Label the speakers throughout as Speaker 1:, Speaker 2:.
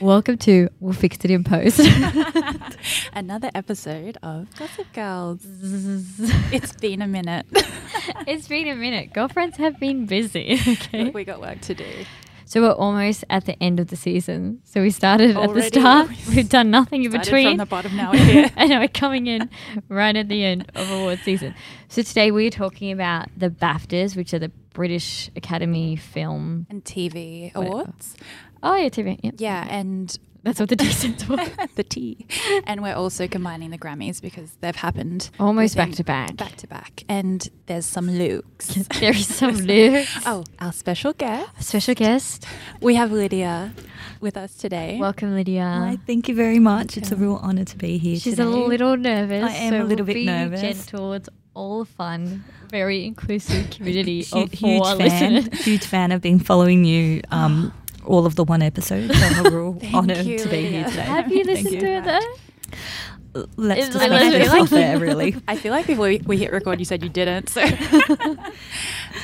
Speaker 1: Welcome to We'll Fix It in Post.
Speaker 2: Another episode of Gossip Girls. It's been a minute.
Speaker 1: it's been a minute. Girlfriends have been busy. Okay.
Speaker 2: we got work to do.
Speaker 1: So we're almost at the end of the season. So we started at
Speaker 2: Already?
Speaker 1: the start. We've done nothing in
Speaker 2: Started
Speaker 1: between.
Speaker 2: from the bottom, now we're here.
Speaker 1: and now we're coming in right at the end of award season. So today we're talking about the BAFTAs, which are the British Academy Film.
Speaker 2: And TV
Speaker 1: Whatever.
Speaker 2: awards.
Speaker 1: Oh yeah, TV. Yep.
Speaker 2: Yeah, and
Speaker 1: That's what the D stands for.
Speaker 2: the tea. And we're also combining the Grammys because they've happened
Speaker 1: Almost back
Speaker 2: within-
Speaker 1: to back.
Speaker 2: Back to back. And there's some Lukes.
Speaker 1: there is some lyrics.
Speaker 2: Oh, our special guest.
Speaker 1: Special guest.
Speaker 2: We have Lydia with us today.
Speaker 1: Welcome, Lydia.
Speaker 3: Hi, thank you very much. It's a real honour to be here.
Speaker 1: She's
Speaker 3: today.
Speaker 1: a little nervous.
Speaker 3: I am a
Speaker 1: so
Speaker 3: little
Speaker 1: we'll
Speaker 3: bit
Speaker 1: be
Speaker 3: nervous.
Speaker 1: Gentle. It's all fun. Very inclusive community
Speaker 3: Hu-
Speaker 1: of
Speaker 3: huge
Speaker 1: four
Speaker 3: fan.
Speaker 1: listeners.
Speaker 3: Huge fan. I've been following you um, all of the one episode. So I'm a real
Speaker 2: Thank
Speaker 3: honour
Speaker 2: you,
Speaker 3: to be
Speaker 2: Lydia.
Speaker 3: here today.
Speaker 1: Have you
Speaker 2: Thank
Speaker 1: listened
Speaker 2: you.
Speaker 1: to it though?
Speaker 3: L- Let's
Speaker 1: It's
Speaker 3: just
Speaker 2: literally
Speaker 3: make this
Speaker 2: like-
Speaker 3: off air, really.
Speaker 2: I feel like before we, we hit record, you said you didn't. So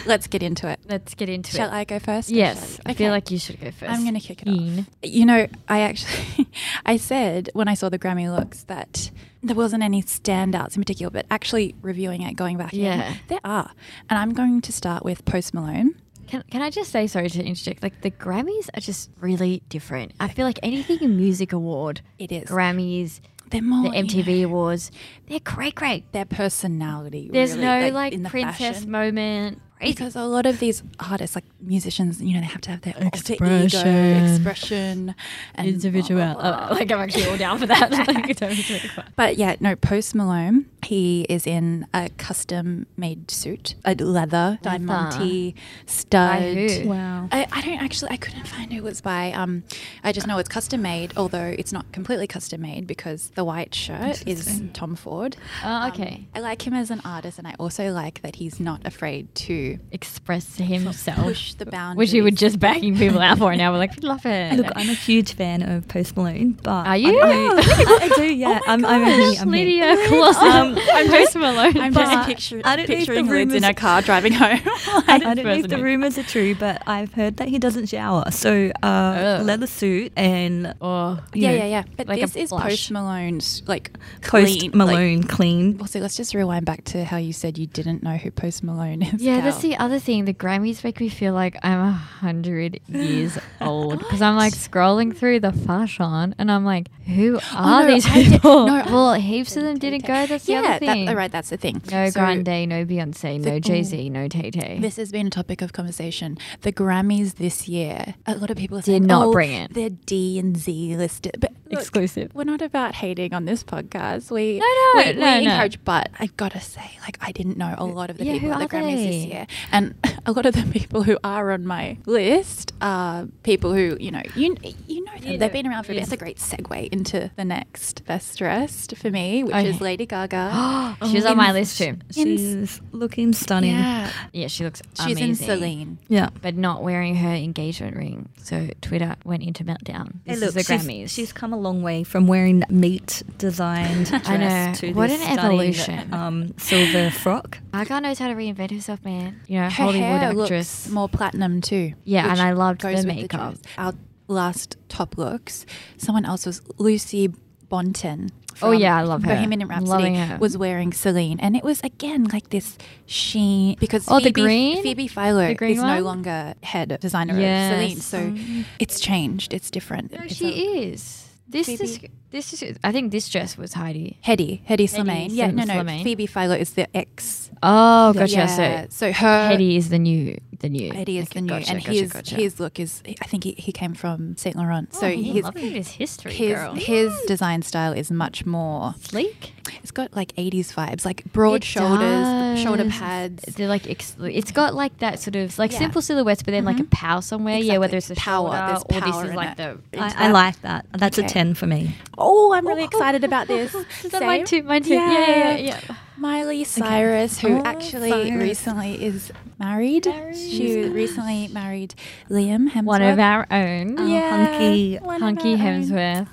Speaker 2: let's get into it.
Speaker 1: Let's get into
Speaker 2: Shall
Speaker 1: it.
Speaker 2: I go first? or
Speaker 1: Yes,
Speaker 2: shall
Speaker 1: I
Speaker 2: Okay.
Speaker 1: feel like you should go first.
Speaker 2: I'm going to kick it
Speaker 1: Ian.
Speaker 2: off. You know, I actually, I said when I saw the Grammy looks that there wasn't any standouts in particular, but actually reviewing it, going back, in,
Speaker 1: Yeah.
Speaker 2: there are. And I'm going to start with Post Malone.
Speaker 1: Can, can I just say sorry to interject? Like the Grammys are just really different. I feel like anything music award,
Speaker 2: It is.
Speaker 1: Grammys,
Speaker 2: They're more
Speaker 1: the MTV awards, they're great, great.
Speaker 2: Their personality.
Speaker 1: There's no
Speaker 2: really,
Speaker 1: like,
Speaker 2: in the
Speaker 1: princess
Speaker 2: fashion.
Speaker 1: moment. Crazy.
Speaker 2: Because a lot of these artists, like musicians, you know, they have to have their expression, uh,
Speaker 1: Expression.
Speaker 2: expression, and
Speaker 1: individual. Oh, like I'm actually all down for that. Like, don't really care.
Speaker 2: But yeah, no, Post Malone, he is in a custom made suit, a leather, diamante,
Speaker 1: By
Speaker 2: stud.
Speaker 1: who?
Speaker 3: Wow.
Speaker 2: I, I don't actually, I couldn't find who it was by. Um, I just know it's custom made, although it's not completely custom made because the white shirt is Tom Ford. Um,
Speaker 1: oh, okay.
Speaker 2: I like him as an artist, and I also like that he's not afraid to
Speaker 1: Express himself,
Speaker 2: push the boundaries.
Speaker 1: which you were just backing people out for. Now we're like, love it.
Speaker 3: Look, I'm a huge fan of Post Malone, but
Speaker 1: Are you?
Speaker 3: I, I, I do. Yeah,
Speaker 2: Oh
Speaker 3: I'm. I'm a he, I'm he.
Speaker 1: Oh Lydia Clausen.
Speaker 3: Um,
Speaker 1: I'm just Malone.
Speaker 2: I'm
Speaker 1: but-
Speaker 2: just
Speaker 3: But
Speaker 2: picture,
Speaker 3: I don't know if the
Speaker 2: picturing Liz in
Speaker 3: rumours-
Speaker 2: a car driving home.
Speaker 3: I,
Speaker 1: That
Speaker 3: I don't know if the
Speaker 1: resonates.
Speaker 3: rumours are true, but I've heard that he doesn't shower. So uh,
Speaker 1: Oh.
Speaker 3: leather suit and
Speaker 1: Oh.
Speaker 3: you
Speaker 2: yeah,
Speaker 3: know,
Speaker 2: yeah, yeah. But
Speaker 1: like a
Speaker 2: this is
Speaker 1: blush.
Speaker 2: post Malone's like
Speaker 3: Post
Speaker 2: clean, like-
Speaker 3: Malone clean.
Speaker 2: Also, let's just rewind back to how you said you didn't know who Post Malone is.
Speaker 1: Yeah, that's
Speaker 2: Cal.
Speaker 1: the other thing. The Grammys make me feel like I'm a hundred years old because I'm like scrolling through the fashion and I'm like, who are
Speaker 2: no,
Speaker 1: these
Speaker 2: I did-
Speaker 1: people?
Speaker 2: no, I-
Speaker 1: well, heaps of them didn't go. That's the
Speaker 2: yeah,
Speaker 1: other
Speaker 2: that-
Speaker 1: thing.
Speaker 2: all right, that's the thing.
Speaker 1: No
Speaker 2: So,
Speaker 1: Grande, no Beyonce, no
Speaker 2: the-
Speaker 1: Jay Z, no Tay Tay.
Speaker 2: This has been a topic of conversation. The Grammys this year, a lot of people are
Speaker 1: Did
Speaker 2: saying,
Speaker 1: not
Speaker 2: "Oh,
Speaker 1: bring it."
Speaker 2: They're D and Z listed, but look,
Speaker 1: Exclusive.
Speaker 2: We're not about hating on this podcast. We
Speaker 1: No, no,
Speaker 2: we, we
Speaker 1: no, no.
Speaker 2: encourage, but I gotta say, like, I didn't know a lot of the
Speaker 1: Yeah,
Speaker 2: people
Speaker 1: who
Speaker 2: at the
Speaker 1: are
Speaker 2: Grammys this
Speaker 1: they?
Speaker 2: year, and a lot of the people who are on my list are people who you know you you know them.
Speaker 1: You know,
Speaker 2: They've been around for a bit.
Speaker 1: yes.
Speaker 2: That's a great segue into the next best dressed for me, which is
Speaker 1: Okay.
Speaker 2: Lady Gaga.
Speaker 1: She was on my list too.
Speaker 3: She's looking stunning.
Speaker 2: yeah,
Speaker 1: Yeah, she looks
Speaker 2: she's
Speaker 1: amazing.
Speaker 2: in Celine.
Speaker 3: Yeah.
Speaker 1: But not wearing her engagement ring. So Twitter went into meltdown. This is the
Speaker 3: she's-
Speaker 1: Grammys.
Speaker 3: She's, come a long way from wearing meat designed dress
Speaker 1: I know.
Speaker 3: to
Speaker 1: What
Speaker 3: this
Speaker 1: an
Speaker 3: stunning,
Speaker 1: evolution.
Speaker 3: um, silver frock.
Speaker 1: Gaga knows how to reinvent herself, man. You know,
Speaker 2: Her
Speaker 1: Hollywood
Speaker 2: hair
Speaker 1: actress.
Speaker 2: looks more platinum too.
Speaker 1: Yeah, and
Speaker 2: which
Speaker 1: I loved
Speaker 2: goes
Speaker 1: the
Speaker 2: with
Speaker 1: makeup.
Speaker 2: dress. Our last top looks, someone else was Lucy Bonten.
Speaker 1: Oh,
Speaker 2: from
Speaker 1: yeah, I love her.
Speaker 2: Bohemian
Speaker 1: Loving
Speaker 2: Rhapsody
Speaker 1: her.
Speaker 2: was wearing Celine, and it was again like this sheen because
Speaker 1: Oh, the
Speaker 2: Phoebe,
Speaker 1: green?
Speaker 2: Phoebe Philo
Speaker 1: The green
Speaker 2: is
Speaker 1: one?
Speaker 2: no longer head designer
Speaker 1: Yes. Mm.
Speaker 2: of Celine, so it's changed. It's different.
Speaker 1: No,
Speaker 2: It's
Speaker 1: she
Speaker 2: a-
Speaker 1: is. This is
Speaker 2: Phoebe-
Speaker 1: this is. I think this dress was Heidi.
Speaker 2: Hedy, Hedy Slimane. Yeah, no, no.
Speaker 1: Slimane.
Speaker 2: Phoebe Philo is the ex.
Speaker 1: Oh, gotcha.
Speaker 2: Yeah,
Speaker 1: So
Speaker 2: so her
Speaker 1: Heidi is the new, the new.
Speaker 2: Eddie is
Speaker 1: Okay,
Speaker 2: the new,
Speaker 1: gotcha,
Speaker 2: and
Speaker 1: gotcha,
Speaker 2: his
Speaker 1: gotcha.
Speaker 2: his look is. I think he, he came from Saint Laurent, so
Speaker 1: Oh,
Speaker 2: his
Speaker 1: loving this history,
Speaker 2: his
Speaker 1: girl.
Speaker 2: his design style is much more.
Speaker 1: sleek.
Speaker 2: It's got like eighties vibes, like broad
Speaker 1: It
Speaker 2: shoulders,
Speaker 1: does.
Speaker 2: shoulder pads.
Speaker 1: They're like ex- it's got like that sort of like
Speaker 2: Yeah.
Speaker 1: simple silhouettes, but then like a Mm-hmm. pow somewhere. Yeah,
Speaker 2: Exactly.
Speaker 1: whether it's the
Speaker 2: Power.
Speaker 1: shoulder
Speaker 2: There's
Speaker 1: or this
Speaker 2: power
Speaker 1: is
Speaker 2: in
Speaker 1: like
Speaker 2: it.
Speaker 1: the.
Speaker 3: I, I like that. That's a
Speaker 2: Okay.
Speaker 3: ten for me.
Speaker 2: Oh, I'm really excited about this.
Speaker 1: Is that mine too? Mine too. Yeah, yeah, yeah. yeah.
Speaker 2: Miley Cyrus, who
Speaker 3: Oh,
Speaker 2: actually
Speaker 3: Cyrus.
Speaker 2: recently is married. She recently married Liam Hemsworth.
Speaker 1: One of our own.
Speaker 3: Yeah.
Speaker 2: Yeah,
Speaker 3: hunky-
Speaker 2: one of
Speaker 1: Hunky
Speaker 2: our own.
Speaker 1: Hemsworth.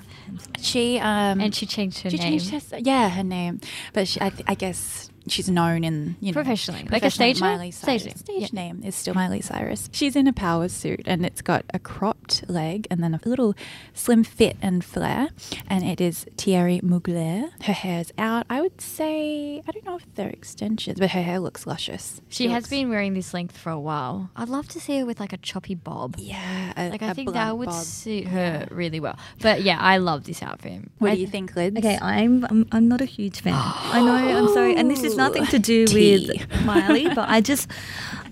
Speaker 2: She um,
Speaker 1: And she changed her
Speaker 2: she
Speaker 1: name.
Speaker 2: changed her, yeah, her name. But she, I, th- I guess she's known in you know
Speaker 1: Professionally, like a stage name?
Speaker 2: Miley
Speaker 1: Stage
Speaker 2: Cyrus.
Speaker 1: name,
Speaker 2: Stage
Speaker 1: yeah.
Speaker 2: name is still Miley Cyrus. She's in a power suit and it's got a cropped leg and then a little slim fit and flare. And it is Thierry Mugler. Her hair's out. I would say I don't know if they're extensions, but her hair looks luscious.
Speaker 1: She has
Speaker 2: looks-
Speaker 1: been wearing this length for a while. I'd love to see her with like a choppy bob.
Speaker 2: yeah. A,
Speaker 1: Like I
Speaker 2: a
Speaker 1: think that
Speaker 2: blunt
Speaker 1: would
Speaker 2: bob.
Speaker 1: suit her really well. But yeah, I love this outfit.
Speaker 2: What
Speaker 1: I
Speaker 2: do you
Speaker 1: th-
Speaker 2: think, Lids?
Speaker 3: Okay, I'm, I'm I'm not a huge fan. I know, I'm sorry, and this is nothing to do
Speaker 2: Oh, Tea.
Speaker 3: with Miley, but I just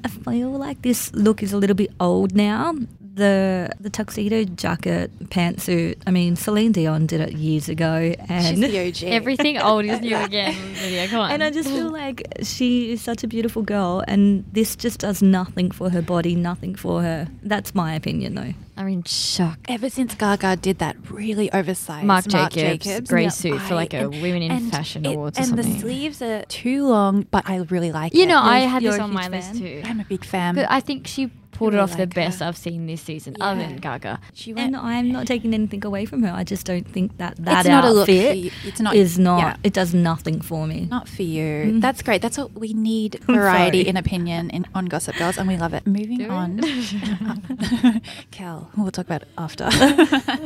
Speaker 3: I feel like this look is a little bit old now. The the tuxedo jacket, pantsuit. I mean, Celine Dion did it years ago, and
Speaker 2: She's the OG.
Speaker 1: Everything old is new again, Lydia. Come on.
Speaker 3: And I just feel like she is such a beautiful girl, and this just does nothing for her body, nothing for her. That's my opinion, though.
Speaker 1: I'm in shock.
Speaker 2: Ever since Gaga did that really oversized
Speaker 1: Marc Jacobs grey
Speaker 2: yeah,
Speaker 1: suit for, like, a Women in Fashion Awards or
Speaker 2: and
Speaker 1: something.
Speaker 2: the sleeves are too long, but I really like it.
Speaker 1: You know, I
Speaker 3: You're-
Speaker 1: had this
Speaker 3: you're a
Speaker 1: on my
Speaker 3: huge
Speaker 1: list
Speaker 3: fan?
Speaker 1: too.
Speaker 2: I'm a big fan.
Speaker 1: But I think she pulled it
Speaker 2: really
Speaker 1: off the
Speaker 2: like
Speaker 1: best
Speaker 2: her.
Speaker 1: I've seen this season, other
Speaker 2: Yeah.
Speaker 1: than Gaga.
Speaker 2: she went.
Speaker 3: And I'm not taking anything away from her. I just don't think that that
Speaker 2: It's not a look for
Speaker 3: outfit
Speaker 2: you. It's not-
Speaker 3: is not.
Speaker 2: yeah.
Speaker 3: It does nothing for me.
Speaker 2: not for you.
Speaker 3: Mm.
Speaker 2: That's great. That's what we need
Speaker 3: I'm
Speaker 2: variety
Speaker 3: sorry.
Speaker 2: in opinion in, on Gossip Girls, and we love it. Moving
Speaker 1: Do we?
Speaker 2: on. Cal, we'll talk about it after.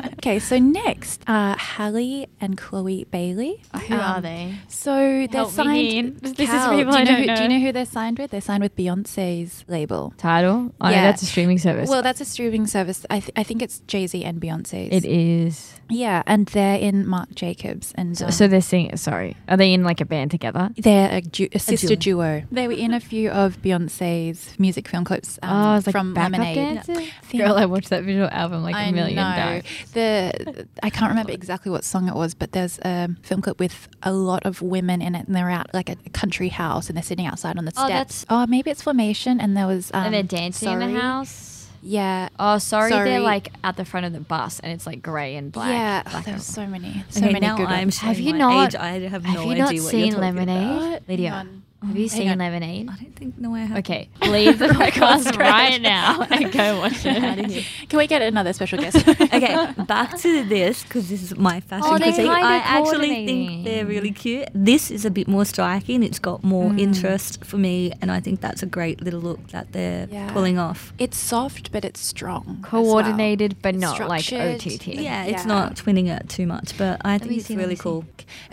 Speaker 2: okay, so next are Hallie and Chloe Bailey.
Speaker 1: Who are they?
Speaker 2: So they're
Speaker 1: Help me
Speaker 2: signed.
Speaker 1: here. This is
Speaker 2: Cal,
Speaker 1: people
Speaker 2: do
Speaker 1: I
Speaker 2: you know
Speaker 1: don't
Speaker 2: who, Do you
Speaker 1: know.
Speaker 2: know who they're signed with? They're signed with Beyonce's label.
Speaker 1: Title? Oh, yeah.
Speaker 2: Yeah.
Speaker 1: that's a streaming service.
Speaker 2: Well, that's a streaming service. I, th- I think it's Jay Z and Beyonce's.
Speaker 1: it is.
Speaker 2: Yeah, and they're in Marc Jacobs and
Speaker 1: So,
Speaker 2: um,
Speaker 1: so they're singing. Sorry, are they in like a band together?
Speaker 2: They're a, du- a sister
Speaker 3: duo.
Speaker 2: duo. They were in a few of Beyonce's music film clips um,
Speaker 1: oh, it's like
Speaker 2: from
Speaker 1: backup
Speaker 2: Lemonade.
Speaker 1: dancer?
Speaker 2: Think-
Speaker 1: Girl, I watched that visual album like a
Speaker 2: I
Speaker 1: a million
Speaker 2: know.
Speaker 1: times.
Speaker 2: The I can't remember exactly what song it was, but there's a film clip with a lot of women in it, and they're out like a country house, and they're sitting outside on the
Speaker 1: Oh,
Speaker 2: steps.
Speaker 1: that's-
Speaker 2: Oh, maybe it's Formation, and there was um,
Speaker 1: and they're dancing in the
Speaker 2: Sorry.
Speaker 1: house.
Speaker 2: Yeah.
Speaker 1: Oh, sorry,
Speaker 2: Sorry.
Speaker 1: they're like at the front of the bus, and it's like grey and black.
Speaker 2: yeah, oh,
Speaker 1: black
Speaker 2: there's
Speaker 1: and-
Speaker 2: so many, so
Speaker 3: okay,
Speaker 2: many
Speaker 3: now
Speaker 2: good
Speaker 3: I'm
Speaker 2: ones.
Speaker 3: showing
Speaker 1: Have you
Speaker 3: my
Speaker 1: not-
Speaker 3: age. I have
Speaker 1: have
Speaker 3: no
Speaker 1: you not
Speaker 3: idea what
Speaker 1: seen
Speaker 3: you're talking
Speaker 1: Lemonade?
Speaker 3: about.
Speaker 2: What?
Speaker 1: Lydia,
Speaker 2: None.
Speaker 1: have you
Speaker 2: Hang
Speaker 1: seen
Speaker 2: on.
Speaker 1: Lemonade?
Speaker 3: I don't think no. I have.
Speaker 1: Okay, leave the podcast right
Speaker 3: Podcast right.
Speaker 1: now and go watch it.
Speaker 3: Outta here.
Speaker 2: Can we get another special guest?
Speaker 3: okay, back to this because this is my fashion
Speaker 1: Oh, they're
Speaker 3: critique.
Speaker 1: kinda
Speaker 3: I actually
Speaker 1: coordinating.
Speaker 3: think they're really cute. This is a bit more striking. It's got more interest for me, and I think that's a great little look that they're
Speaker 2: Yeah.
Speaker 3: pulling off.
Speaker 2: It's soft, but it's strong. as well.
Speaker 1: Coordinated, but
Speaker 2: It's
Speaker 1: not like
Speaker 2: structured.
Speaker 1: OTT.
Speaker 3: Yeah, it's
Speaker 2: Yeah.
Speaker 3: not twinning it too much, but I
Speaker 1: me
Speaker 3: think it's
Speaker 1: see, let me
Speaker 3: really
Speaker 1: see.
Speaker 3: cool.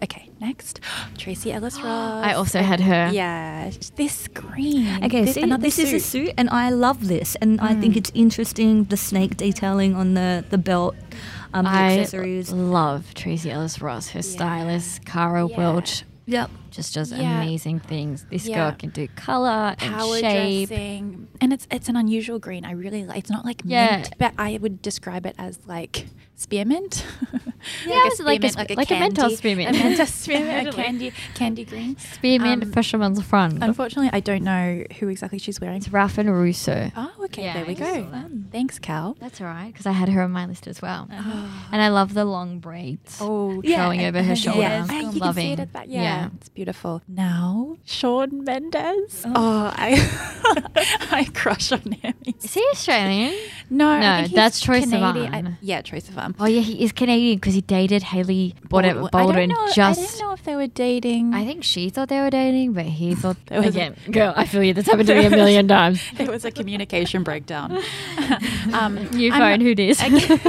Speaker 2: Okay, next, Tracy Ellis Ross.
Speaker 1: I also had her.
Speaker 2: Yeah, this green.
Speaker 3: Okay,
Speaker 2: this,
Speaker 3: see,
Speaker 2: another
Speaker 3: this is a suit, and I love this, and
Speaker 1: Hmm.
Speaker 3: I think it's interesting. The snake detailing on the the belt, um, the
Speaker 1: I
Speaker 3: accessories.
Speaker 1: love Tracy Ellis Ross, her stylist, Cara
Speaker 2: Yeah.
Speaker 1: Welch.
Speaker 3: Yep.
Speaker 1: Just does
Speaker 2: Yeah.
Speaker 1: amazing things. This
Speaker 2: Yeah.
Speaker 1: girl can do color
Speaker 2: Power
Speaker 1: and shape.
Speaker 2: dressing, and it's it's an unusual green. I really like. It's not like
Speaker 1: Yeah.
Speaker 2: mint, but I would describe it as like spearmint.
Speaker 1: Yeah, it's like a sp- like a Mentos spearmint.
Speaker 2: a Mentos spearmint, a
Speaker 1: Totally.
Speaker 2: candy candy green.
Speaker 1: Spearmint
Speaker 2: Um,
Speaker 1: Fisherman's Front.
Speaker 2: Unfortunately, I don't know who exactly she's wearing.
Speaker 1: it's Ralph and Russo.
Speaker 2: Oh, okay,
Speaker 1: Yeah,
Speaker 2: there we
Speaker 1: I just saw
Speaker 2: go.
Speaker 1: that.
Speaker 2: Thanks, Cal.
Speaker 1: That's all right, because I had her on my list as well. And I love the long braids.
Speaker 2: Oh,
Speaker 3: Yeah,
Speaker 1: Going over her shoulder.
Speaker 3: yes.
Speaker 2: Ah, you can see
Speaker 1: Loving.
Speaker 2: it at the back. Yeah,
Speaker 1: Yeah.
Speaker 2: it's beautiful. Now, Sean Mendes.
Speaker 3: Oh.
Speaker 2: Oh, I, I crush on him.
Speaker 1: Is he Australian?
Speaker 2: No, I
Speaker 1: No,
Speaker 2: think he's
Speaker 1: that's Troye
Speaker 2: Canadian. I-
Speaker 1: Sivan.
Speaker 2: yeah, Troye Sivan.
Speaker 1: Oh yeah, he is Canadian because he dated Haley Baldwin, Baldwin
Speaker 2: I don't know, I
Speaker 1: just.
Speaker 2: don't know if they were dating.
Speaker 1: I think she thought they were dating, but he thought
Speaker 2: There was a-
Speaker 1: again. girl, I feel you. That's happened to me a million times.
Speaker 2: it was a communication breakdown. um,
Speaker 1: New
Speaker 2: I'm-
Speaker 1: phone, who dis?
Speaker 2: Again,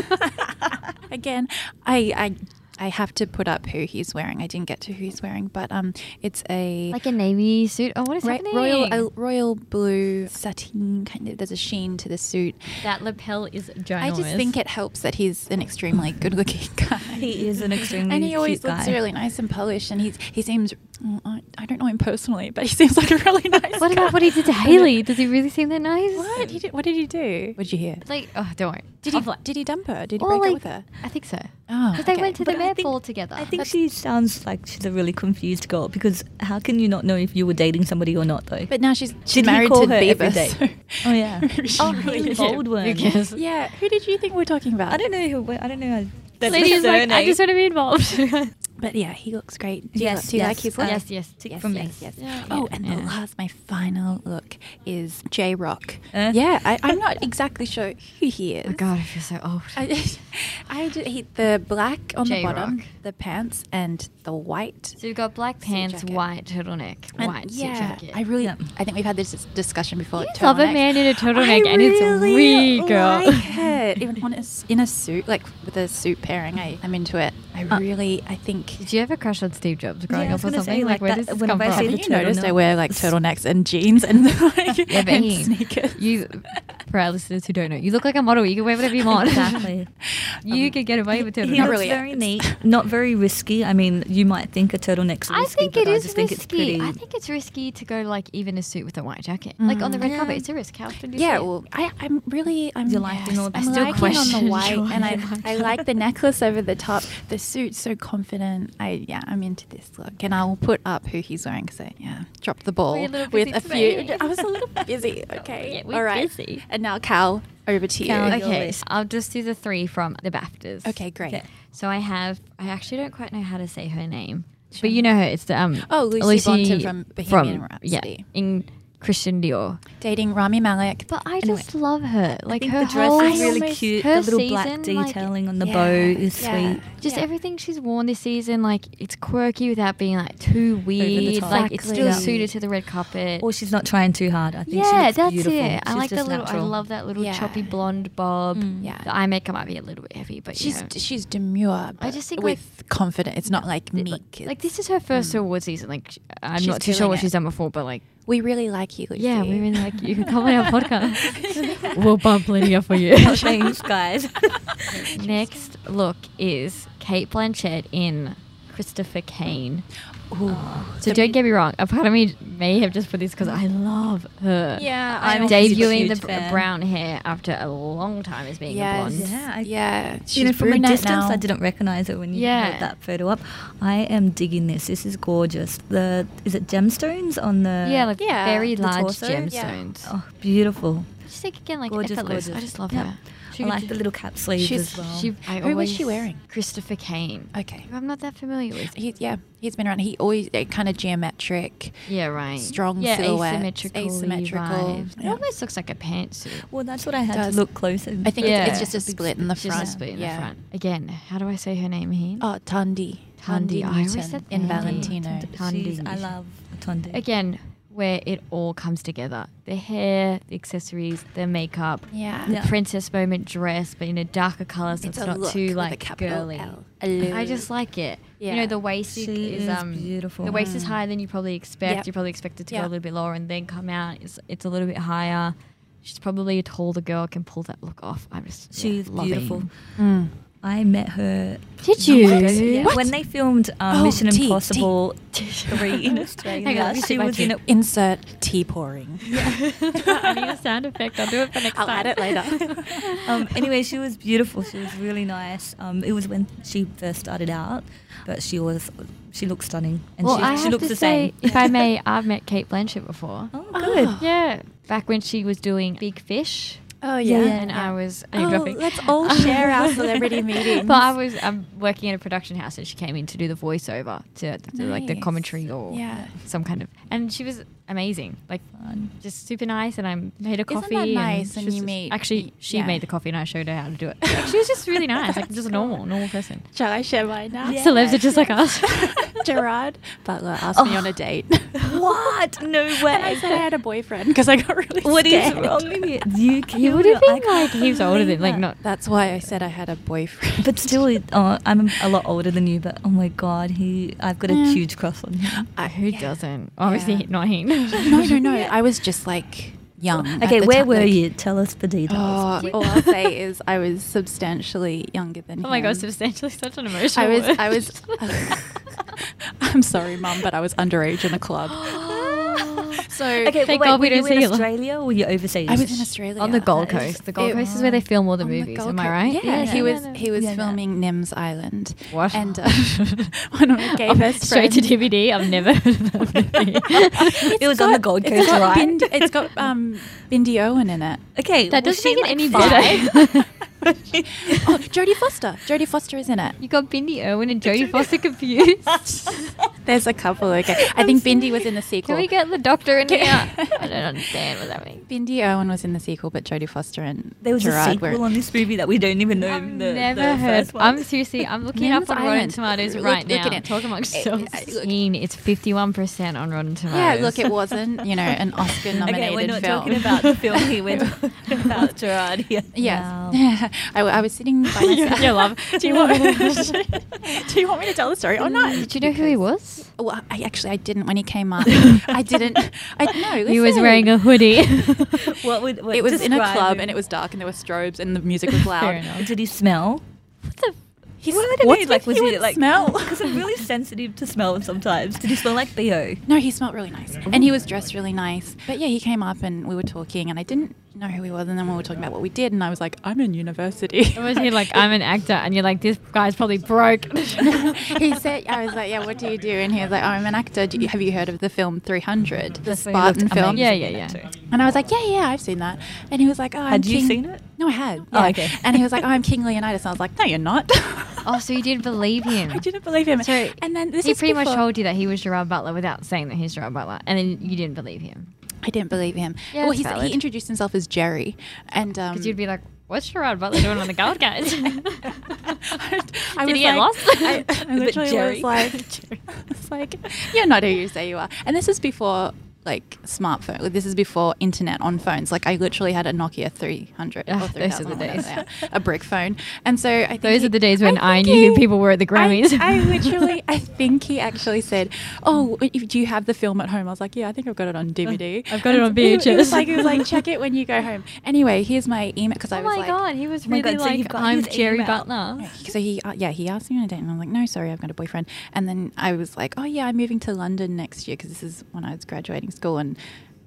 Speaker 2: again, I, I, I have to put up who he's wearing. I didn't get to who he's wearing, but um, it's a
Speaker 1: like a navy suit. Oh, what is
Speaker 2: Right,
Speaker 1: happening?
Speaker 2: royal a royal blue sateen kind of. There's a sheen to the suit.
Speaker 1: that lapel is ginormous.
Speaker 2: I just think it helps that he's an extremely good-looking guy.
Speaker 3: He is an extremely
Speaker 2: and he always
Speaker 3: cute
Speaker 2: looks
Speaker 3: guy.
Speaker 2: really nice and polished. And he's he seems mm, I, I don't know him personally, but he seems like a really nice.
Speaker 1: What
Speaker 2: guy.
Speaker 1: about what he did to Haley? Does he really seem that nice?
Speaker 2: What? He did, what did he do? What did you hear?
Speaker 1: Like, oh, don't worry.
Speaker 2: Did he
Speaker 1: I'll-
Speaker 2: did he dump her? Did he
Speaker 1: Or,
Speaker 2: break
Speaker 1: like,
Speaker 2: up with her?
Speaker 1: I think so.
Speaker 2: Oh,
Speaker 1: Because they
Speaker 2: okay.
Speaker 1: went to the
Speaker 3: But I
Speaker 1: Met
Speaker 3: think-
Speaker 1: Ball together.
Speaker 3: I think she sounds like she's a really confused girl because how can you not know if you were dating somebody or not though?
Speaker 2: But now she's she's
Speaker 3: Did he
Speaker 2: married
Speaker 3: call
Speaker 2: to
Speaker 3: her every
Speaker 2: Beavis.
Speaker 3: day?
Speaker 2: so-
Speaker 3: Oh, yeah.
Speaker 2: She
Speaker 1: Oh,
Speaker 2: really
Speaker 1: Haley
Speaker 2: did.
Speaker 3: Baldwin.
Speaker 1: Because-
Speaker 2: Yeah. Who did you think we're talking about?
Speaker 3: I don't know who. I don't know. How,
Speaker 1: Lydia's like, I just want to be involved.
Speaker 2: But yeah, he looks great. Do you,
Speaker 3: Yes,
Speaker 2: do you
Speaker 3: yes.
Speaker 2: like his
Speaker 3: Uh,
Speaker 2: look?
Speaker 1: yes, yes.
Speaker 3: Tick
Speaker 2: yes,
Speaker 3: for me.
Speaker 2: yes, yes.
Speaker 1: Yeah.
Speaker 2: Oh, and the
Speaker 1: Yeah.
Speaker 2: last, my final look is J Rock.
Speaker 3: Eh?
Speaker 2: Yeah, I, I'm not exactly sure who he is.
Speaker 1: Oh God, I feel so old.
Speaker 2: I, I ju- he, the black on the
Speaker 1: J-Rock.
Speaker 2: bottom, the pants, and the white.
Speaker 1: so you've got black
Speaker 2: Suit
Speaker 1: pants,
Speaker 2: jacket.
Speaker 1: white turtleneck,
Speaker 2: And
Speaker 1: white suit
Speaker 2: yeah,
Speaker 1: jacket.
Speaker 2: I really,
Speaker 3: Yeah.
Speaker 2: I think we've had this dis- discussion before.
Speaker 1: You love a
Speaker 2: turtlenecks.
Speaker 1: man in a turtleneck,
Speaker 2: I
Speaker 1: and it's
Speaker 2: really
Speaker 1: wee girl.
Speaker 2: Like it. Even on a s in a suit, like with a suit pairing, I, I'm into it. I
Speaker 3: Uh,
Speaker 2: really, I think.
Speaker 1: Did you ever crush on Steve Jobs growing
Speaker 3: Yeah, I
Speaker 1: up
Speaker 3: was
Speaker 1: or
Speaker 3: gonna
Speaker 1: something?
Speaker 3: say,
Speaker 1: like,
Speaker 3: like,
Speaker 1: where
Speaker 3: that-
Speaker 1: does this
Speaker 3: whenever
Speaker 1: come
Speaker 3: I
Speaker 1: from?
Speaker 3: see
Speaker 2: Have
Speaker 3: the
Speaker 2: you noticed I
Speaker 3: turtleneck.
Speaker 2: wear like turtlenecks and jeans and like
Speaker 1: Yeah, but
Speaker 2: and
Speaker 1: you-
Speaker 2: sneakers?
Speaker 1: You, for our listeners who don't know, you look like a model. You can wear whatever you want.
Speaker 3: Exactly.
Speaker 1: You could get away with
Speaker 3: He
Speaker 1: turtleneck.
Speaker 3: looks
Speaker 2: Not really.
Speaker 3: very neat, not very risky. I mean, you might think a turtleneck's risky,
Speaker 1: I think
Speaker 3: but
Speaker 1: it
Speaker 3: I
Speaker 1: is
Speaker 3: just
Speaker 1: risky.
Speaker 3: think it's pretty.
Speaker 1: I think it's risky to go like even a suit with a white jacket, like on the red
Speaker 3: Mm.
Speaker 1: carpet.
Speaker 3: Yeah.
Speaker 1: It's a risk. How often do you
Speaker 2: Yeah,
Speaker 1: see it?
Speaker 2: well, I, I'm really, I'm,
Speaker 3: You liked in all the-
Speaker 2: I'm
Speaker 3: I
Speaker 1: still
Speaker 2: liking on
Speaker 1: question
Speaker 2: the white,
Speaker 1: why
Speaker 2: and I,
Speaker 1: you liked
Speaker 2: I
Speaker 1: it.
Speaker 2: like the necklace over the top. The suit's so confident. I yeah, I'm into this look, and I will put up who he's wearing because I yeah dropped the ball
Speaker 1: Were you a little busy
Speaker 2: with a few.
Speaker 1: today?
Speaker 2: I was a little busy. Okay,
Speaker 1: Yeah, we're
Speaker 2: all right.
Speaker 1: busy.
Speaker 2: And now Cal, over to you.
Speaker 3: Cal, your
Speaker 1: okay,
Speaker 3: list.
Speaker 1: I'll just do the three from the Baftas.
Speaker 2: Okay, great.
Speaker 3: Okay.
Speaker 1: So I have. I actually don't quite know how to say her name, but you know her. It's the um.
Speaker 2: Oh, Lucy Bonton from Bohemian Rhapsody.
Speaker 1: Yeah, in Christian Dior.
Speaker 2: Dating Rami Malek.
Speaker 1: But I
Speaker 2: Anyway.
Speaker 1: just love her. Like
Speaker 3: think
Speaker 1: her
Speaker 3: the dress
Speaker 1: whole
Speaker 3: is really
Speaker 2: almost-
Speaker 3: cute. The
Speaker 1: her
Speaker 3: little black
Speaker 1: season, like,
Speaker 3: detailing on the
Speaker 2: Yeah,
Speaker 3: bow is
Speaker 2: yeah.
Speaker 3: sweet.
Speaker 1: Just
Speaker 2: Yeah.
Speaker 1: everything she's worn this season, like it's quirky without being like too weird.
Speaker 3: top.
Speaker 1: Like it's still
Speaker 3: Exactly.
Speaker 1: suited to the red carpet.
Speaker 3: Or she's not trying too hard. I think she
Speaker 1: yeah,
Speaker 3: looks
Speaker 1: that's
Speaker 3: beautiful.
Speaker 1: it. I
Speaker 3: She's
Speaker 1: like the
Speaker 3: just
Speaker 1: little. I
Speaker 3: natural.
Speaker 1: love that little
Speaker 2: Yeah.
Speaker 1: choppy blonde bob.
Speaker 3: Mm.
Speaker 2: Yeah.
Speaker 1: the eye makeup might be a little bit heavy, but
Speaker 2: She's
Speaker 1: you know.
Speaker 2: she's demure. But
Speaker 1: just think, like-
Speaker 2: with confidence. It's not like
Speaker 1: Th-
Speaker 2: meek.
Speaker 1: Like, like, this is her first
Speaker 3: Mm.
Speaker 1: award season. Like sh- I'm
Speaker 2: She's
Speaker 1: not too sure
Speaker 2: doing
Speaker 1: what
Speaker 2: it.
Speaker 1: she's done before, but like
Speaker 2: we really like you, Lucy.
Speaker 1: yeah, we really like you. Come on our podcast. We'll bump Lydia for you.
Speaker 3: Oh, Thanks, guys.
Speaker 1: next look is Kate Blanchett in Christopher Kane. Uh,
Speaker 2: Ooh.
Speaker 1: Oh, So don't get me wrong. A part of me may have just put this because I love her.
Speaker 2: Yeah,
Speaker 3: I'm
Speaker 2: I'm
Speaker 3: a huge
Speaker 1: debuting the br-
Speaker 3: fan.
Speaker 1: brown hair after a long time as being a blonde.
Speaker 2: Yes.
Speaker 3: Yeah, I-
Speaker 2: yeah. She's
Speaker 3: you know, from a
Speaker 2: brunette
Speaker 3: distance,
Speaker 2: now.
Speaker 3: I didn't recognize it when you
Speaker 1: Yeah.
Speaker 3: held that photo up. I am digging this. This is gorgeous. The is it gemstones on the?
Speaker 1: Yeah, like
Speaker 2: Yeah,
Speaker 1: very
Speaker 3: uh, the
Speaker 1: large
Speaker 3: torso? Yeah.
Speaker 1: gemstones.
Speaker 3: oh, beautiful.
Speaker 1: Just think again, like
Speaker 3: Gorgeous,
Speaker 1: effortless. I
Speaker 3: gorgeous.
Speaker 1: just love
Speaker 3: Yeah.
Speaker 1: her.
Speaker 3: I like the little cap sleeves
Speaker 2: she's-
Speaker 3: as well.
Speaker 1: She, I
Speaker 2: Who was she
Speaker 1: always-
Speaker 2: wearing?
Speaker 1: Christopher Kane.
Speaker 2: Okay.
Speaker 1: Who I'm not that familiar with.
Speaker 2: He, yeah, he's been around. He always kind of geometric.
Speaker 1: yeah, right.
Speaker 2: strong
Speaker 1: yeah,
Speaker 2: silhouettes,
Speaker 1: asymmetrical,
Speaker 2: asymmetrical.
Speaker 1: vibes. It
Speaker 2: Yeah.
Speaker 1: almost looks like a pantsuit.
Speaker 3: well, that's what I had
Speaker 2: does.
Speaker 3: to look closer.
Speaker 2: I think
Speaker 1: Yeah.
Speaker 2: it's, it's just a
Speaker 1: It's a big
Speaker 2: split in the
Speaker 1: It's
Speaker 2: front.
Speaker 1: Just a split in
Speaker 2: yeah.
Speaker 1: the front. Again, how do I say her name here?
Speaker 2: Oh, Tandy.
Speaker 1: Tandy.
Speaker 2: Tandy
Speaker 1: I always
Speaker 2: Newton
Speaker 1: said
Speaker 2: in
Speaker 1: Tandy.
Speaker 2: Valentino.
Speaker 1: Tandy.
Speaker 3: She's- I love Tondi.
Speaker 1: Again, where it all comes together. The hair, the accessories, the makeup.
Speaker 2: Yeah.
Speaker 1: The
Speaker 3: Yeah.
Speaker 1: princess moment dress, but in a darker color, so it's,
Speaker 2: It's a
Speaker 1: not
Speaker 2: look
Speaker 1: too
Speaker 2: with a
Speaker 1: like
Speaker 2: capital
Speaker 1: girly.
Speaker 2: L. A
Speaker 1: I
Speaker 2: look.
Speaker 1: just like it. You
Speaker 2: Yeah.
Speaker 1: know, the waist is,
Speaker 3: She
Speaker 1: is
Speaker 3: is
Speaker 1: um
Speaker 3: beautiful.
Speaker 1: The waist is
Speaker 2: Mm.
Speaker 1: higher than you probably expect.
Speaker 2: Yep.
Speaker 1: You probably expect it to
Speaker 2: Yeah.
Speaker 1: go a little bit lower and then come out. It's it's a little bit higher. She's probably a taller girl can pull that look off. I'm just yeah,
Speaker 3: She's
Speaker 1: loving.
Speaker 3: beautiful.
Speaker 2: Mm.
Speaker 3: I met her.
Speaker 1: Did
Speaker 3: No,
Speaker 1: you?
Speaker 3: I did, yeah.
Speaker 2: What?
Speaker 3: When they filmed um,
Speaker 2: Oh,
Speaker 3: Mission
Speaker 2: tea, tea.
Speaker 3: Impossible Three in Australia,
Speaker 1: Hang on, let me sip
Speaker 3: she
Speaker 1: my
Speaker 3: was
Speaker 1: tea.
Speaker 3: in it.
Speaker 2: Insert tea pouring.
Speaker 1: I need a sound effect. I'll do it for next
Speaker 2: I'll
Speaker 1: time.
Speaker 2: add it later.
Speaker 3: Um, anyway, she was beautiful. She was really nice. Um, it was when she first started out, but she was she looked stunning and
Speaker 1: well,
Speaker 3: she,
Speaker 1: I
Speaker 3: she
Speaker 1: have
Speaker 3: looks
Speaker 1: to
Speaker 3: the
Speaker 1: say,
Speaker 3: same.
Speaker 1: if I may, I've met Kate Blanchett before.
Speaker 3: Oh, good.
Speaker 2: Oh.
Speaker 1: Yeah, back when she was doing Big Fish.
Speaker 2: Oh
Speaker 3: Yeah,
Speaker 2: yeah,
Speaker 3: yeah,
Speaker 1: and I was name
Speaker 2: Oh,
Speaker 1: dropping.
Speaker 2: let's all share our celebrity meetings.
Speaker 1: But I was I'm working at a production house, and she came in to do the voiceover to, to do, like the
Speaker 2: Nice.
Speaker 1: commentary or
Speaker 2: Yeah.
Speaker 1: some kind of. And she was amazing, like
Speaker 3: Fun.
Speaker 1: just super nice. And I made a
Speaker 2: Isn't that
Speaker 1: coffee. and
Speaker 2: nice
Speaker 1: she
Speaker 2: when
Speaker 1: was
Speaker 2: you
Speaker 1: just-
Speaker 2: meet-
Speaker 1: Actually, she
Speaker 2: yeah.
Speaker 1: made the coffee, and I showed her how to do it. Like, she was just really nice, like just a normal, normal person.
Speaker 2: Shall I share mine now?
Speaker 3: Yeah.
Speaker 1: Celebs are just like us.
Speaker 2: Gerard Butler asked me on a date.
Speaker 1: Oh.
Speaker 3: What? No
Speaker 2: Oh. and I
Speaker 3: way.
Speaker 2: said I had a boyfriend because I got really
Speaker 3: What is
Speaker 2: scared.
Speaker 3: wrong with you? You
Speaker 1: he
Speaker 3: killed
Speaker 1: would have
Speaker 3: it. I
Speaker 1: been like
Speaker 3: can't
Speaker 1: he's older than
Speaker 3: believe
Speaker 1: like
Speaker 3: that.
Speaker 1: not.
Speaker 2: That's why I said I had a boyfriend.
Speaker 3: But still, it-
Speaker 2: uh,
Speaker 3: oh, I'm a lot older than you. But oh my god, he! I've got a
Speaker 2: Yeah.
Speaker 3: huge crush on him.
Speaker 2: I-
Speaker 1: Uh, Who
Speaker 2: yeah.
Speaker 1: doesn't? Obviously,
Speaker 2: Yeah.
Speaker 1: not him.
Speaker 2: No, no, no. I was just like young. at
Speaker 3: Okay,
Speaker 2: the
Speaker 3: where
Speaker 2: time,
Speaker 3: were
Speaker 2: like-
Speaker 3: you? Tell us the details.
Speaker 2: Oh, all I'll say is I was substantially younger than him.
Speaker 1: Oh my god, substantially such an emotional.
Speaker 2: I was,
Speaker 1: word.
Speaker 2: I was. I'm sorry, mum, but I was underage in a club. So
Speaker 3: okay,
Speaker 1: Thank
Speaker 3: wait,
Speaker 1: God we
Speaker 3: were
Speaker 1: don't
Speaker 3: you
Speaker 1: see
Speaker 3: in
Speaker 1: you.
Speaker 3: Australia or were you overseas?
Speaker 2: I was in Australia
Speaker 1: on the Gold
Speaker 3: That is-
Speaker 1: Coast. The Gold
Speaker 2: it-
Speaker 1: Coast is where they film all the
Speaker 2: on
Speaker 1: movies.
Speaker 2: Gold
Speaker 1: am I
Speaker 2: Coast.
Speaker 1: right?
Speaker 2: Yeah,
Speaker 3: Yeah,
Speaker 2: he
Speaker 3: yeah.
Speaker 2: was. He was
Speaker 3: Yeah, yeah.
Speaker 2: filming Nims Island.
Speaker 1: What?
Speaker 2: And uh, one of my gay best
Speaker 1: Straight to
Speaker 2: friends.
Speaker 1: DVD. I've never heard of that movie.
Speaker 3: it was on the Gold Coast,
Speaker 2: It's got,
Speaker 3: right?
Speaker 2: Bindi, it's got um, Bindi Owen in it.
Speaker 3: okay,
Speaker 1: That
Speaker 3: was
Speaker 1: doesn't
Speaker 3: she
Speaker 1: make it
Speaker 3: like
Speaker 1: any
Speaker 3: five?
Speaker 1: better.
Speaker 2: oh, Jodie Foster. Jodie Foster is in it.
Speaker 1: You got Bindi Irwin and Jodie Foster confused.
Speaker 2: There's a couple. Okay, I think Bindi was in the sequel.
Speaker 1: Can we get the doctor in here?
Speaker 2: Can-
Speaker 1: uh, I don't understand what's happening.
Speaker 2: Bindi Irwin was in the sequel, but Jodie Foster and
Speaker 3: There was
Speaker 2: Gerard
Speaker 3: a sequel
Speaker 2: were.
Speaker 3: on this movie that we don't even know.
Speaker 1: I've
Speaker 3: the,
Speaker 1: never
Speaker 3: the
Speaker 1: heard.
Speaker 3: First one.
Speaker 1: I'm seriously, I'm looking
Speaker 2: Men's
Speaker 1: up on Rotten
Speaker 2: Island.
Speaker 1: Tomatoes
Speaker 2: Look-
Speaker 1: right
Speaker 2: look
Speaker 1: now.
Speaker 2: at it.
Speaker 1: Talk amongst
Speaker 2: Eh,
Speaker 1: yourselves.
Speaker 2: eh, look.
Speaker 1: Seen It's 51% on Rotten
Speaker 2: Yeah,
Speaker 1: Tomatoes.
Speaker 2: look, it wasn't you know an Oscar nominated
Speaker 3: Okay, we're not
Speaker 2: film.
Speaker 3: talking about the film here. We're talking about Gerard here.
Speaker 2: Yes.
Speaker 1: Wow.
Speaker 2: I, w- I was sitting by
Speaker 1: You-
Speaker 2: myself.
Speaker 1: you love-
Speaker 2: Do you, want, do you want me to tell the story or not?
Speaker 1: Did you know who he was?
Speaker 2: Well, I actually I didn't when he came up. I didn't. I no.
Speaker 1: He was
Speaker 2: listen.
Speaker 1: wearing a hoodie.
Speaker 3: What would what
Speaker 2: It was in a
Speaker 3: describe
Speaker 2: club
Speaker 3: him.
Speaker 2: and it was dark and there were strobes and the music was
Speaker 1: Fair
Speaker 2: loud.
Speaker 1: enough.
Speaker 3: Did he smell?
Speaker 1: What the?
Speaker 2: He's
Speaker 3: Well, I don't
Speaker 2: what
Speaker 3: know, like,
Speaker 2: if
Speaker 3: was
Speaker 2: he
Speaker 3: it,
Speaker 2: would
Speaker 3: like-
Speaker 2: smell?
Speaker 3: Because I'm really sensitive to smell sometimes. Did he smell like bo?
Speaker 2: No, he smelled really nice.
Speaker 3: Mm-hmm.
Speaker 2: And he was dressed really nice. But yeah, he came up and we were talking and I didn't know who he was. And then we were talking about what we did. And I was like, I'm in university.
Speaker 1: Or was he like, I'm an actor, and you're like, this guy's probably broke.
Speaker 2: he said, I was like, yeah, what do you do? And he was like, oh, I'm an actor. Do you, have you heard of the film 300? The
Speaker 3: That's when he looked
Speaker 2: Spartan film?
Speaker 3: amazing
Speaker 1: Yeah,
Speaker 3: in
Speaker 1: yeah,
Speaker 3: it
Speaker 1: yeah.
Speaker 3: too.
Speaker 2: And I was like, yeah, yeah, I've seen that. And he was like, oh, I'm
Speaker 3: Had you
Speaker 2: King-
Speaker 3: seen it?
Speaker 2: No, I had.
Speaker 3: Oh,
Speaker 2: yeah.
Speaker 3: okay.
Speaker 2: And he was like, oh, I'm King Leonidas. And I was like, no, you're not.
Speaker 1: oh, so you did believe him?
Speaker 2: I didn't believe him.
Speaker 1: So
Speaker 2: and then this
Speaker 1: he
Speaker 2: is
Speaker 1: pretty much
Speaker 2: before-
Speaker 1: told you that he was Gerard Butler without saying that he's Gerard Butler, and then you didn't believe him
Speaker 2: I didn't believe him.
Speaker 1: Yeah,
Speaker 2: well,
Speaker 1: that's
Speaker 2: he's,
Speaker 1: valid.
Speaker 2: he introduced himself as Jerry, and um,
Speaker 1: because you'd be like, what's Gerard Butler doing on the Gold Guys?
Speaker 2: I, I
Speaker 1: Did
Speaker 2: was
Speaker 1: he get
Speaker 2: like-
Speaker 1: lost?
Speaker 2: I, I
Speaker 3: Is it
Speaker 2: literally
Speaker 3: Jerry?
Speaker 2: was like, I was like, you're not who you say you are. And this is before like smartphone. Like, this is before internet on phones. Like I literally had a Nokia 300
Speaker 1: Ah,
Speaker 2: or
Speaker 1: those are the
Speaker 2: 3000, whatever
Speaker 1: days.
Speaker 2: they are, a brick phone. And so I think
Speaker 1: Those
Speaker 2: he-
Speaker 1: are the days when I
Speaker 2: think
Speaker 1: knew who
Speaker 2: he-
Speaker 1: people were at the Grammys.
Speaker 2: I, I literally, I think he actually said, "Oh, if- do you have the film at home?" I was like, "Yeah, I think I've got it on DVD.
Speaker 1: I've got it on
Speaker 2: And he- He
Speaker 1: VHS.
Speaker 2: was like, he was like, check it when you go home. Anyway, here's my email because
Speaker 1: oh
Speaker 2: I was
Speaker 1: my
Speaker 2: like,
Speaker 1: god, he was
Speaker 3: Oh my
Speaker 1: really
Speaker 3: God, so you've
Speaker 1: like,
Speaker 3: got
Speaker 1: I'm
Speaker 3: his
Speaker 1: Jerry
Speaker 3: email."
Speaker 1: Butler.
Speaker 2: So he, uh, yeah, he asked me on a date, and I'm like, no, sorry, I've got a boyfriend. And then I was like, oh yeah, I'm moving to London next year because this is when I was graduating school. And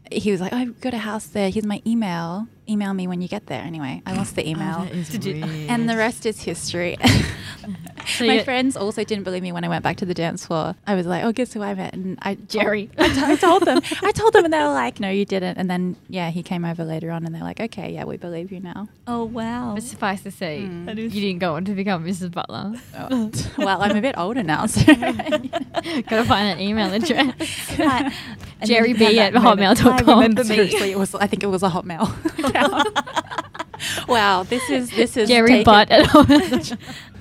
Speaker 2: he was like, "Oh, I've got a house there. Here's my email. Email me when you get there. Anyway, I
Speaker 1: Oh,
Speaker 2: lost the email,
Speaker 3: Did you-
Speaker 2: and the rest is history.
Speaker 1: So
Speaker 2: my
Speaker 1: you-
Speaker 2: friends also didn't believe me when I went back to the dance floor. I was like, oh, guess who I met? And I
Speaker 1: Jerry.
Speaker 2: I t- I told them. I told them, and they were like, no, you didn't. And then yeah, he came over later on, and they're like, okay, yeah, we believe you now.
Speaker 3: Oh wow.
Speaker 1: But suffice to say,
Speaker 2: Mm.
Speaker 1: you didn't go on to become Mrs. Butler.
Speaker 2: Oh, well, I'm a bit older now, so
Speaker 1: Gotta find that email address.
Speaker 3: Right. And
Speaker 1: Jerry
Speaker 3: then you
Speaker 1: B
Speaker 3: had
Speaker 1: at
Speaker 3: that moment.
Speaker 1: hotmail.com.
Speaker 3: I remember me.
Speaker 2: seriously, it was. I think it was a Hotmail. account. wow, this is this is
Speaker 1: Jerry
Speaker 2: taken-
Speaker 1: Butt at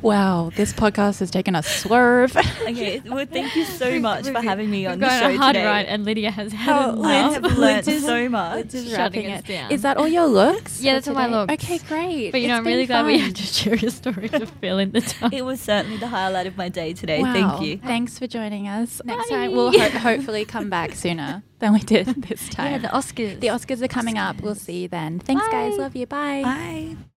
Speaker 2: Wow, this podcast has taken a swerve.
Speaker 3: Okay, well, thank you so much for having me on
Speaker 1: We've
Speaker 3: the
Speaker 1: got
Speaker 3: show
Speaker 1: a hard
Speaker 3: today.
Speaker 1: right, and Lydia has had
Speaker 2: Oh,
Speaker 1: enough.
Speaker 3: I have
Speaker 2: Wow.
Speaker 3: learned
Speaker 2: Just-
Speaker 3: so much.
Speaker 1: just-
Speaker 2: Wrapping
Speaker 1: shutting us
Speaker 2: it.
Speaker 1: down.
Speaker 2: Is that all your looks?
Speaker 1: Yeah,
Speaker 2: for
Speaker 1: that's all my
Speaker 2: today?
Speaker 1: looks.
Speaker 2: Okay, great.
Speaker 1: But you know,
Speaker 2: It's
Speaker 1: I'm really
Speaker 2: been
Speaker 1: glad we
Speaker 2: fun.
Speaker 1: had to share your story to fill in the time.
Speaker 3: It was certainly the highlight of my day today.
Speaker 2: Wow.
Speaker 3: Thank you.
Speaker 2: Thanks for joining us. Next time
Speaker 1: Bye.
Speaker 2: we'll ho- hopefully come back sooner than we did this time.
Speaker 1: yeah, the Oscars.
Speaker 2: The Oscars are coming up. We'll see you then. Thanks, guys.
Speaker 1: Bye.
Speaker 2: Love you. Bye.
Speaker 3: Bye.